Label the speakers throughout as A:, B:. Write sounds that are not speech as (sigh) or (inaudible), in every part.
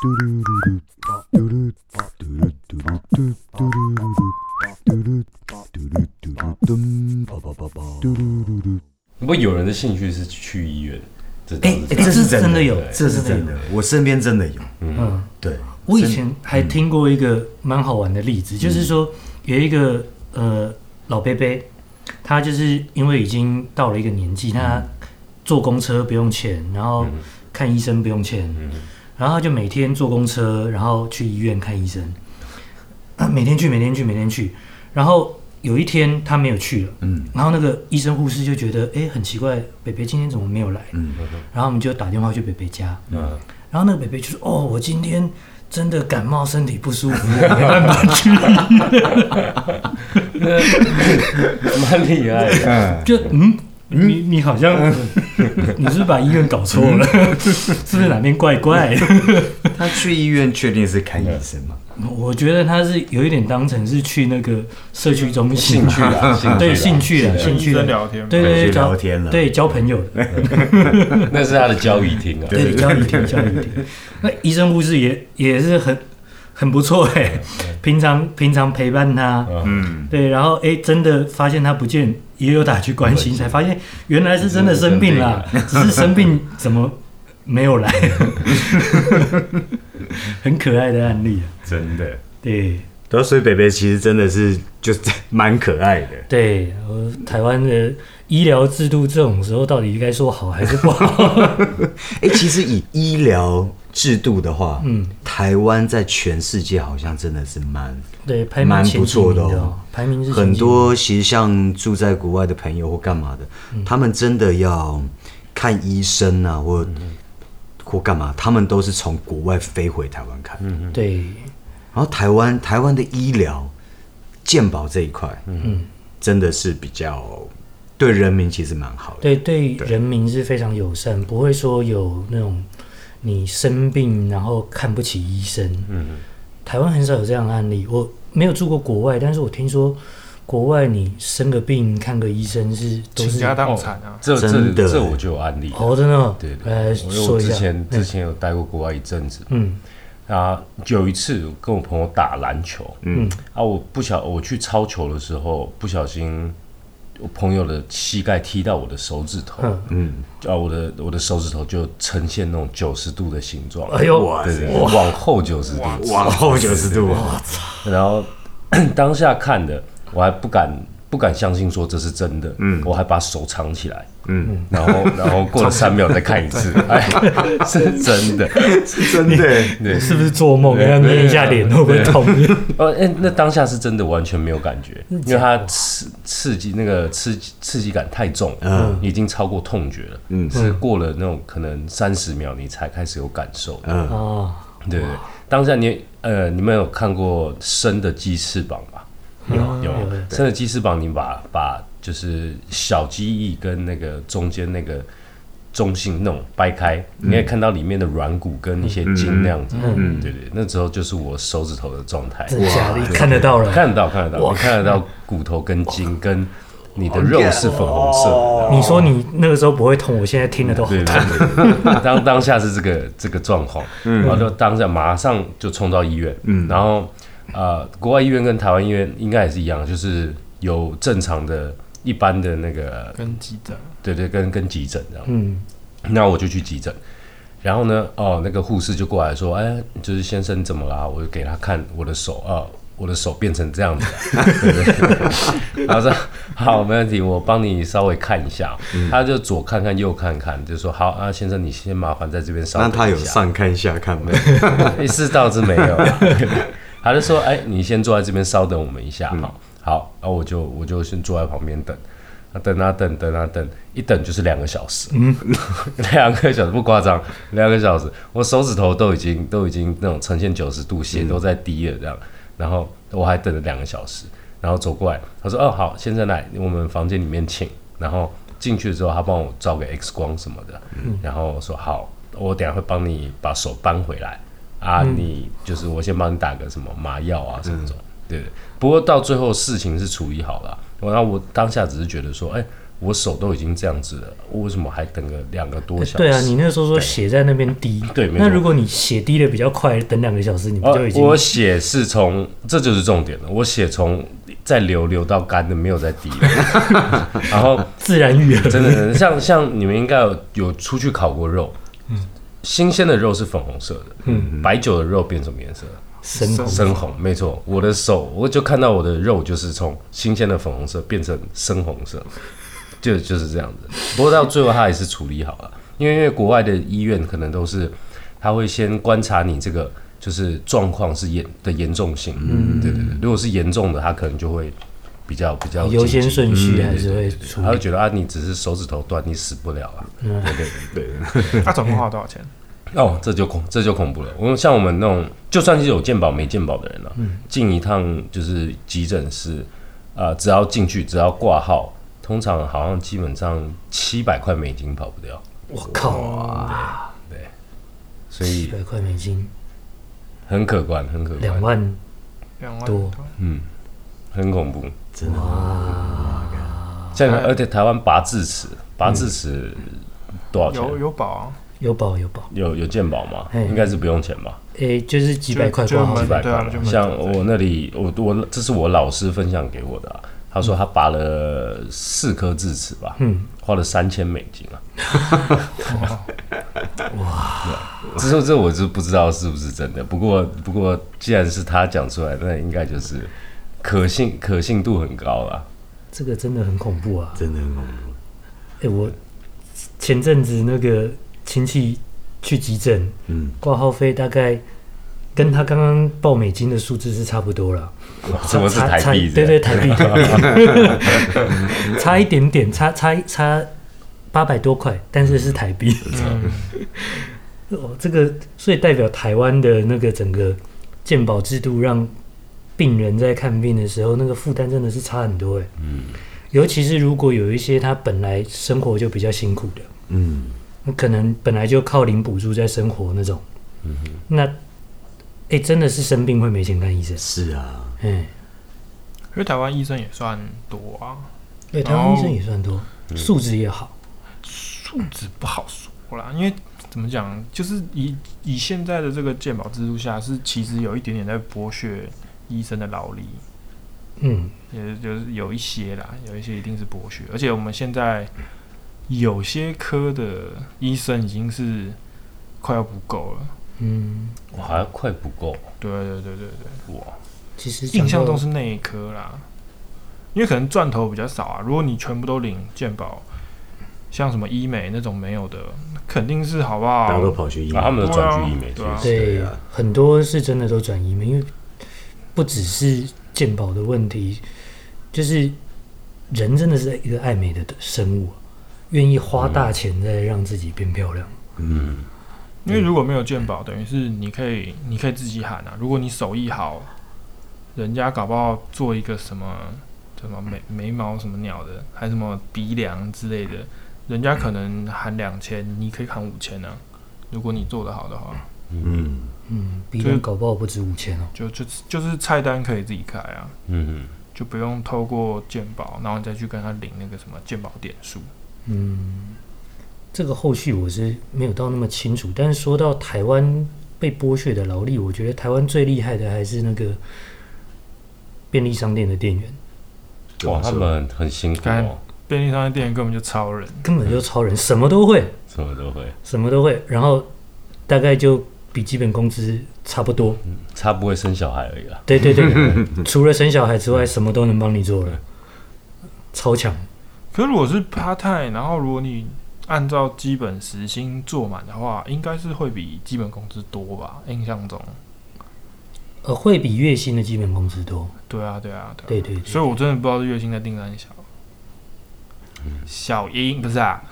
A: 嘟噜噜噜，嘟噜嘟噜嘟噜嘟嘟噜噜噜，嘟噜嘟噜嘟噜噔，叭叭叭叭，嘟噜噜噜。
B: 不过有人的兴趣是去医院，这倒
C: 哎、
B: 是
C: 哎
B: 真的
C: 这是真的有，
B: 对
C: 这是真的，我身边真的有。嗯，
D: 对，
C: 我以前还听过一个蛮好玩的例子，就是说有一个呃老伯伯，他就是因为已经到了一个年纪，他坐公车不用钱，然后看医生不用钱，然后他就每天坐公车，然后去医院看医生，啊每天去，每天去，每天去，然后。有一天他没有去了，嗯，然后那个医生护士就觉得，哎、很奇怪，北北今天怎么没有来？嗯，然后我们就打电话去北北家，
B: 嗯，
C: 然后那个北北就说：“哦，我今天真的感冒，身体不舒服，我没办法去。哎
B: (laughs) 蛮厉害的。
D: 嗯，
C: 就”嗯，你你好像 (laughs) 你是不是把医院搞错了， (laughs) 是不是哪边怪怪的？ (laughs)
D: 他去医院确定是看医生嘛？
C: 我觉得他是有一点当成是去那个社区中心
B: 兴趣啦，兴趣啦
C: (laughs)
B: 啊
C: 对兴趣的
E: 跟
C: 兴
E: 医
C: 趣
E: 生
C: 的，
E: 聊天，
C: 对对对，
D: 去
C: 交
D: 聊天了
C: 对交朋友的，
B: 那是他的交易厅啊。
C: 对交易厅交易厅。 (laughs) 那医生护士也也是很很不错哎、平常平常陪伴他，
D: 嗯，
C: 对，然后哎，真的发现他不见，也有打去关心，才发现原来是真的生病啦，只是生病怎么没有 (laughs) 来，很可爱的案例啊。
D: 真的。
C: 对
D: 对啊，所以北北其实真的是就是蛮可爱的。
C: 对，呃台湾的医疗制度这种时候到底该说好还是不 (laughs) 好？
D: 哎、其实以医疗制度的话，嗯，台湾在全世界好像真的是蛮
C: 对，排名
D: 蛮
C: 前
D: 不
C: 几名
D: 错
C: 的
D: 的哦，
C: 排名是前
D: 很
C: 几名
D: 多其实像住在国外的朋友或干嘛的，他们真的要看医生啊，或、或干嘛，他们都是从国外飞回台湾看。
C: 对
D: 然后台湾台湾的医疗健保这一块，嗯，真的是比较对人民其实蛮好的。
C: 对对，人民是非常友善，不会说有那种你生病然后看不起医生。嗯，台湾很少有这样的案例，我没有住过国外，但是我听说国外你生个病看个医生是都
E: 倾
C: 是
E: 家荡产啊，
B: 这这
D: 真的
B: 这我就有案例。
C: 哦，真的哦，
B: 对对，
C: 来
B: 因为我
C: 说一
B: 之
C: 下，
B: 前之前有待过国外一阵子，
C: 嗯
B: 啊，有一次我跟我朋友打篮球，嗯，啊，我不小我去抄球的时候，不小心我朋友的膝盖踢到我的手指头，
C: 嗯
B: 嗯，啊，我的我的手指头就呈现那种九十度的形状，
C: 哎呦
B: 对对，对往后九十度，
D: 往后九十度，
B: 然后 (clears throat) 当下看的，我还不敢不敢相信说这是真的，嗯，我还把手藏起来，嗯，然后然后过了三秒再看一次，哎， (laughs) 是真的，
D: 真的。
C: 是不是做梦？要捏一下脸会不会痛？
B: 呃，哎、那当下是真的完全没有感觉，因为它刺刺激那个刺激刺激感太重了，已经超过痛觉了，嗯，是过了那种可能三十秒你才开始有感受，嗯，
C: 哦，
B: 对对，当下你呃，你们有看过生的鸡翅膀吧？有有
C: 有
B: 生的鸡翅膀，你把把就是小鸡翼跟那个中间那个中性弄掰开，你可以看到里面的软骨跟一些筋那样子，嗯，对对，那时候就是我手指头的状态，
C: (laughs) 真假的看得到了。
B: 看得到，看得到，你看得到骨头跟筋跟你的肉是粉红色的。
C: 你说你那个时候不会痛，我现在听了都好
B: 对
C: 痛。
B: 对对， (laughs) 嗯当当下是这个这个状况，然后就当下马上就冲到医院，然后呃，国外医院跟台湾医院应该也是一样，就是有正常的、一般的那个，
E: 跟急诊，
B: 对对，跟跟急诊这样，
C: 嗯，
B: 那我就去急诊。然后呢，哦，那个护士就过来说，哎，就是先生怎么啦？我就给他看我的手啊、我的手变成这样子 (laughs) 了，对对对然后说好，没问题，我帮你稍微看一下。
D: 嗯
B: 他就左看看右看看，就说好啊，先生，你先麻烦在这边稍
D: 那
B: 等
D: 他有
B: 一 (laughs) 下。
D: 上看下看吗？
B: 意识到是没有啊，他就说：“哎、你先坐在这边稍等我们一
D: 嗯
B: 下，好，好，然后我就我就先坐在旁边等，啊等啊等等啊等，一等就是两个小时，嗯， (laughs) 两个小时不夸张，两个小时，我手指头都已经都已经那种呈现九十度，血都在滴了这样，然后我还等了两个小时，然后走过来，他说：哦好，先生来我们房间里面请，然后进去之后他帮我照个 X 光什么的，然后我说好。”我等一下会帮你把手搬回来，啊，你就是我先帮你打个什么麻药啊什么什么，对对。不过到最后事情是处理好了啊，我然后我当下只是觉得说，哎、我手都已经这样子了，我为什么还等个两个多小时？
C: 对啊，你那时候说血在那边滴，
B: 对没错
C: 那如果你血滴的比较快，等两个小时，你不
B: 呃
C: 就已经
B: 我血是从，这就是重点了。我血从在流流到干的，没有再滴了。 (laughs) 然后
C: 自然愈合？
B: 真的真的，像像你们应该有有出去烤过肉，新鲜的肉是粉红色的，白酒的肉变什么颜色？
C: 深红
B: 深红，没错。我的手，我就看到我的肉就是从新鲜的粉红色变成深红色，就就是这样子。不过到最后他还是处理好了，因为因为国外的医院可能都是他会先观察你这个就是状况是严的严重性，嗯，对对对。如果是严重的，他可能就会比较比较
C: 优先
B: 紧急
C: 顺序
B: 对
C: 还
B: 对
C: 是
B: 对
C: 会
B: 对
C: 出
B: 他会觉得啊，你只是手指头断，你死不了啊。对对对。
E: 他总共花了多少钱？
B: 哦，这就恐这就恐怖了。我们像我们那种，就算是有健保没健保的人啊，进一趟就是急诊室，啊，只要进去只要挂号，通常好像基本上七百块美金跑不掉。
C: 我靠，
B: 所
C: 一
B: 以
C: 百块美金，
B: 很可观，很可
C: 两
B: 观，
C: 万
E: 两万
C: 多
E: 多。
B: 很恐怖。
D: 真的哇，
B: 像而且台湾拔智齿，拔智齿多少
E: 有
B: 钱？
E: 有保啊，
C: 有保有保，
B: 有有健保吗？
C: 嘿
B: 应该是不用钱吧？
C: 诶，就是几百块
E: 就
C: 挂号
E: 就门
B: 几百
E: 对啊
B: 块
E: 就
B: 嘛。
E: 蛮
B: 像
E: 多的
B: 我那里，我我这是我老师分享给我的、啊，他说他拔了四颗智齿吧，
C: 嗯
B: 花了三千美金啊。
E: 哦
B: 哇！这这这我就不知道是不是真的，不过不过既然是他讲出来，那应该就是可信可信度很高啊
E: (laughs)
B: 啦。
C: 这个真的很恐怖啊！
D: 真的很恐怖。
C: 哎、我前阵子那个亲戚去急诊，
D: 嗯，
C: 挂号费大概跟他刚刚报美金的数字是差不
B: (laughs)
C: 多了，
B: 什么是
C: 差
B: 台
C: 差
B: 币？
C: 对对，，台
B: (laughs)
C: 币，差一点点，差差差八百多块，但是是台币。
E: 嗯
C: 哦，这个所以代表台湾的那个整个健保制度，让病人在看病的时候，那个负担真的是差很多哎。嗯，尤其是如果有一些他本来生活就比较辛苦的，
D: 嗯，
C: 那可能本来就靠零补助在生活那种，嗯那哎、真的是生病会没钱看医生，
D: 是啊，
C: 哎、
E: 因为台湾医生也算多啊，
C: 对，台湾医
E: 哦
C: 生也算多，素质也好，
E: 素质不好说啦，因为怎么讲，就是以以现在的这个健保制度下，是其实有一点点在剥削医生的劳力，
C: 嗯，
E: 也就是有一些啦，有一些一定是剥削，而且我们现在有些科的医生已经是快要不够了。
C: 嗯，
B: 我还快不够
E: 对对对对对，
B: 哇！
C: 其实
E: 印象
C: 都
E: 中是那一科啦，因为可能赚头比较少啊。如果你全部都领健保，像什么医美那种没有的，肯定是好不好？
D: 大家都跑去医
B: 啊，他
D: 院，
B: 们都转去医美去
E: 对啊，
C: 对
D: 对啊
C: 很多是真的都转移嘛，因为不只是健保的问题，就是人真的是一个爱美的生物啊、愿意花大钱在让自己变漂亮。
B: 嗯，
E: 因为如果没有健保，等于是你可以你可以自己喊啊。如果你手艺好，人家搞不好做一个什么什么眉眉毛什么鸟的，还什么鼻梁之类的，人家可能喊两千，你可以喊五千啊。如果你做得好的话，
D: 嗯，
C: 嗯，鼻
E: 就是
C: 梁搞不好不止五千哦。
E: 就就就是菜单可以自己开啊，
B: 嗯
E: 就不用透过健保，然后你再去跟他领那个什么健保点数。
C: 嗯，这个后续我是没有到那么清楚，但是说到台湾被剥削的劳力，我觉得台湾最厉害的还是那个便利商店的店员，
D: 嗯
E: 啊
B: 哼，哇，他们很辛苦哦，
E: 便利商店店员根本就超人，
C: 根本就超人，什么都会。
B: 什么都会，
C: 什么都会，然后大概就比基本工资差不多。
B: 他不会生小孩而已啊啦。
C: 对
E: (laughs)
C: 对对，除了生小孩之外，什么都能帮你做了，超强。
E: 可是如果是 part time，然后如果你按照基本时薪做满的话，应该是会比基本工资多吧？印象中，
C: 呃，会比月薪的基本工资多。
E: 对啊，对啊，对啊。
C: 对对对，
E: 所以我真的不知道这月薪在定三小。小英不是啊，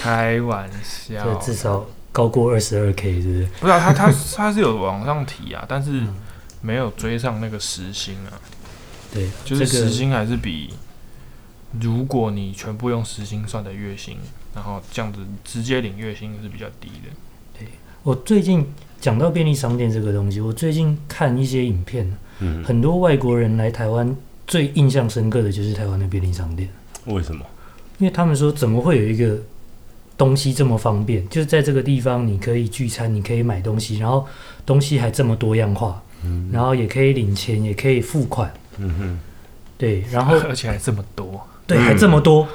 E: 开玩笑，
C: 这至少高过二十二 k，是不是？
E: 不是啊，他他他是有往上提啊，但是没有追上那个时薪啊。
C: 对，
E: 就是
C: 这
E: 时
C: 个
E: 薪还是比，如果你全部用时薪算的月薪，然后这样子直接领月薪是比较低的。
C: 我最近讲到便利商店这个东西，我最近看一些影片，
B: 嗯，
C: 很多外国人来台湾最印象深刻的就是台湾的便利商店。
B: 为什么？
C: 因为他们说怎么会有一个东西这么方便？就是在这个地方，你可以聚餐，你可以买东西，然后东西还这么多样化，然后也可以领钱，也可以付款，
B: 嗯哼，
C: 对，然后
E: (laughs) 而且还这么多，
C: 对，还这么多，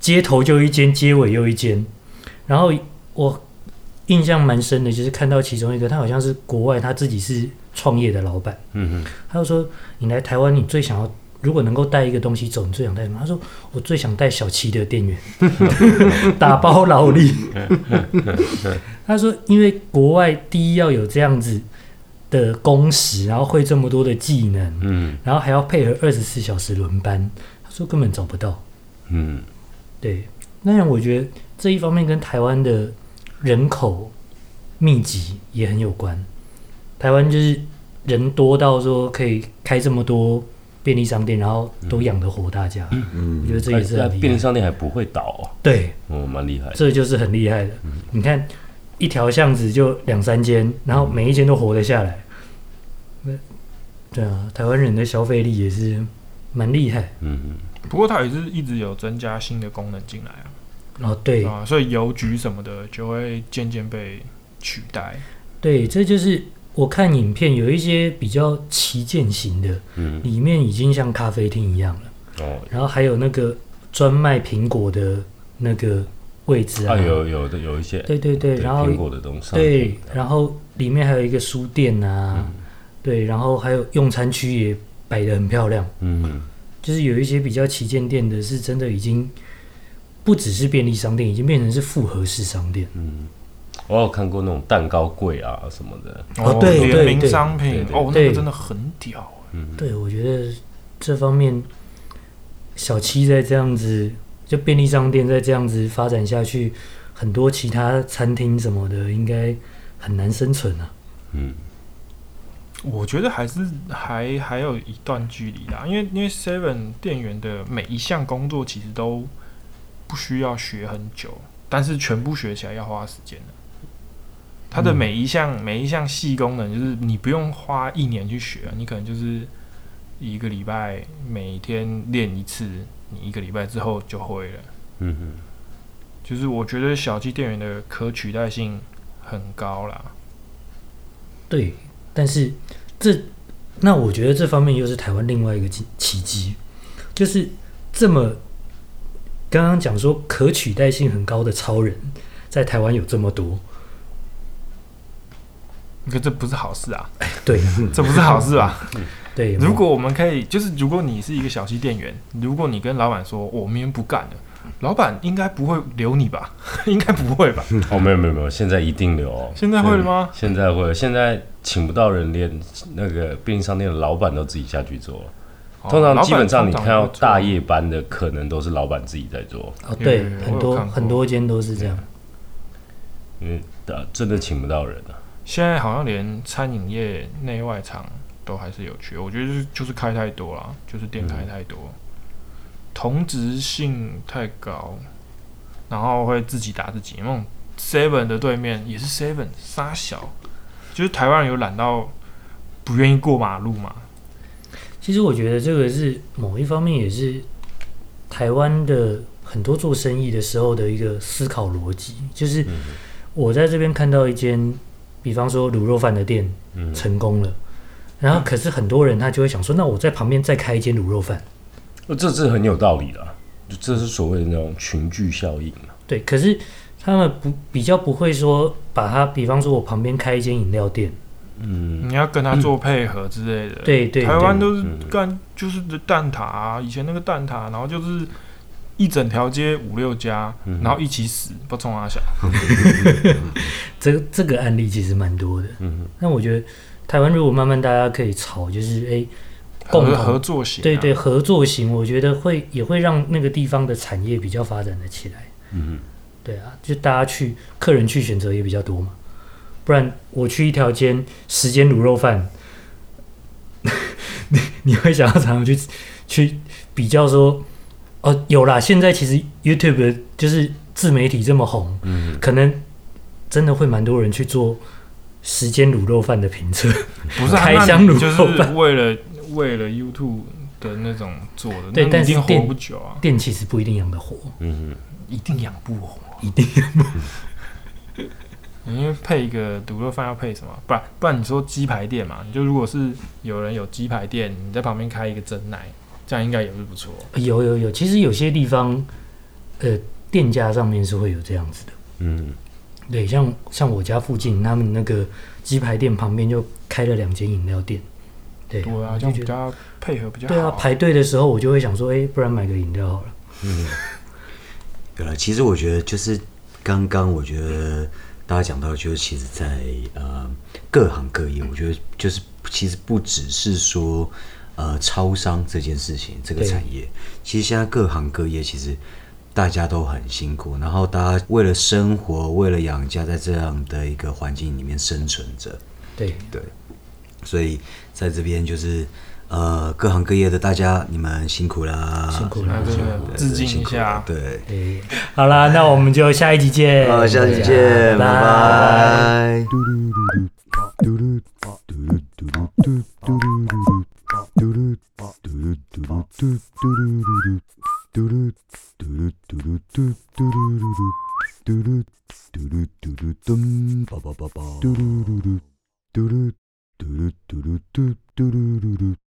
C: 街头就一间，街尾又一间。然后我印象蛮深的，就是看到其中一个，他好像是国外，他自己是创业的老板，
B: 嗯
C: 他就说：“你来台湾，你最想要，如果能够带一个东西走，你最想带什么？”他说：“我最想带小七的店员，打包劳力。”他说：“因为国外第一要有这样子的工时，然后会这么多的技能，
B: 哼，嗯
C: 然后还要配合二十四小时轮班。”他说：“根本找不到。”
B: 嗯，
C: 对，那样我觉得这一方面跟台湾的人口密集也很有关。台湾就是人多到说可以开这么多便利商店，然后都养得活大家，我觉得这也是
B: 嗯哎那
C: 很厉
B: 便利
C: 害。
B: 商店还不会倒哦，
C: 对，
B: 哦，蛮厉害的。
C: 这就是很厉害的。
B: 嗯
C: 你看一条巷子就两三间，然后每一间都活得下来。那对啊，台湾人的消费力也是蛮厉害。
B: 嗯
E: 不过它也是一直有增加新的功能进来啊，
C: 然后哦对，
E: 啊，所以邮局什么的就会渐渐被取代。
C: 对，这就是我看影片有一些比较旗舰型的，
B: 嗯
C: 里面已经像咖啡厅一样了，
B: 哦，
C: 然后还有那个专卖苹果的那个位置啊，
B: 啊有有的有一些
C: 对对对，然后
B: 苹果的嗯东西，
C: 对，然后里面还有一个书店啊，对，然后还有用餐区也摆得很漂亮，
B: 嗯
C: 就是有一些比较旗舰店的是真的已经不只是便利商店，已经变成是复合式商店，
B: 嗯，我有看过那种蛋糕柜啊什么的，
C: 哦对对
E: 联名
C: 对
E: 商品
B: 对，对
E: 哦，那
C: 对
E: 个真的很屌欸。
B: 嗯
C: 对，我觉得这方面，小七在这样子，就便利商店在这样子发展下去，很多其他餐厅什么的应该很难生存啊。
B: 嗯
E: 我觉得还是还还有一段距离啦，因为因为 Seven 店员的每一项工作其实都不需要学很久，但是全部学起来要花时间的。它
B: 嗯
E: 的每一项、每一项细功能，就是你不用花一年去学，你可能就是一个礼拜每天练一次，你一个礼拜之后就会了。
B: 嗯哼
E: 就是我觉得小鸡店员的可取代性很高啦。
C: 对，但是这那我觉得这方面又是台湾另外一个奇奇迹，就是这么刚刚讲说可取代性很高的超人，在台湾有这么多，
E: 可这不是好事啊，
C: 对
B: 嗯
E: 这不是好事啊吧？
C: 对，
E: 如果我们可以，就是如果你是一个小西店员，如果你跟老板说“我明天不干了”，老板应该不会留你吧？ (laughs) 应该不会吧？
B: 哦没有没有没有，现在一定留哦。
E: 现在会了吗？
B: 现在会，现在请不到人，连那个便利商店的老板都自己下去做了。通
E: 哦老
B: 常
E: 板
B: 基本上你看到
E: 通常
B: 大夜班的，可能都是老板自己在做，
C: 哦对
E: 有有有，
C: 很
E: 嗯我有
C: 多
E: 看过
C: 很多间都是这样，
B: 因为呃真的请不到人啊。
E: 现在好像连餐饮业内外场都还是有缺，我觉得就是就是开太多了，就是店
B: 嗯
E: 开太多，同质性太高，然后会自己打自己。那种 Seven 的对面也是 Seven 沙小，就是台湾人有懒到不愿意过马路嘛，
C: 其实我觉得这个是某一方面也是台湾的很多做生意的时候的一个思考逻辑，就是
B: 嗯
C: 我在这边看到一间，比方说卤肉饭的店
B: 嗯
C: 成功了，然后可是很多人他就会想说，那我在旁边再开一间卤肉饭，
B: 呃这是很有道理的啊，就这是所谓的那种群聚效应啊。
C: 对，可是他们不比较不会说把它，比方说我旁边开一间饮料店，
B: 嗯，
E: 你要跟他做配合之类的。
C: 对对
E: 台湾
C: 对
E: 都是
B: 嗯
E: 干就是蛋挞、啊，以前那个蛋挞，然后就是一整条街五六家，然后一起死，不冲啊阿小。
C: 这个这个案例其实蛮多的。
B: 嗯，
C: 那我觉得台湾如果慢慢大家可以吵，就是哎。共
E: 合
C: 同
E: 合作型、啊，
C: 对对，，合作型，我觉得会也会让那个地方的产业比较发展的起来。
B: 嗯，
C: 对啊，就大家去客人去选择也比较多嘛，不然我去一条街十间卤肉饭， (laughs) 你你会想要常常去去比较说，哦，有啦，现在其实 YouTube 就是自媒体这么红，
B: 嗯，
C: 可能真的会蛮多人去做十间卤肉饭的评测。 (laughs)
E: 不是啊
C: 开
E: 那你
C: 箱卤肉
E: 就是
C: 饭
E: 为了为了 YouTube 的那种做的，
C: 对
E: 那
C: 但
E: 你一
C: 是
E: 定活
C: 电
E: 不久啊，
C: 电其实不一定养得活，
B: 嗯
E: 一定养不活。
C: 一定
E: 因为配一个卤肉饭要配什么？不然不然你说鸡排店嘛，你就如果是有人有鸡排店，你在旁边开一个蒸奶，这样应该也是不错。
C: 有有有，其实有些地方，呃，店家上面是会有这样子的。
B: 嗯
C: 对，像像我家附近，他们那个鸡排店旁边就开了两间饮料店。对，
E: 对啊，
C: 我
E: 这
C: 就
E: 样
C: 觉
E: 比
C: 得。
E: 较配合比较好。
C: 对啊，排队的时候我就会想说，哎、不然买个饮料好了。
D: 对了，其实我觉得就是刚刚我觉得大家讲到，就是其实在，呃各行各业，我觉得就是其实不只是说呃超商这件事情这个
C: 对
D: 产业，其实现在各行各业其实大家都很辛苦，然后大家为了生活，为了养家，在这样的一个环境里面生存着。
C: 对，
D: 对，所以在这边就是呃各行各业的大家，你们辛苦啦，
C: 辛苦
E: 那
C: 了。
E: 这
C: 辛苦
E: 个
C: 了
E: 致敬一下，
D: 对。
C: 对，好啦，那我们就下一集见。
D: 好，下次
C: 拜
D: 见，拜拜。
A: Doo doo doo doo doo doo doo doo doo doo doo doo doo doo doo doo doo doo doo doo doo doo doo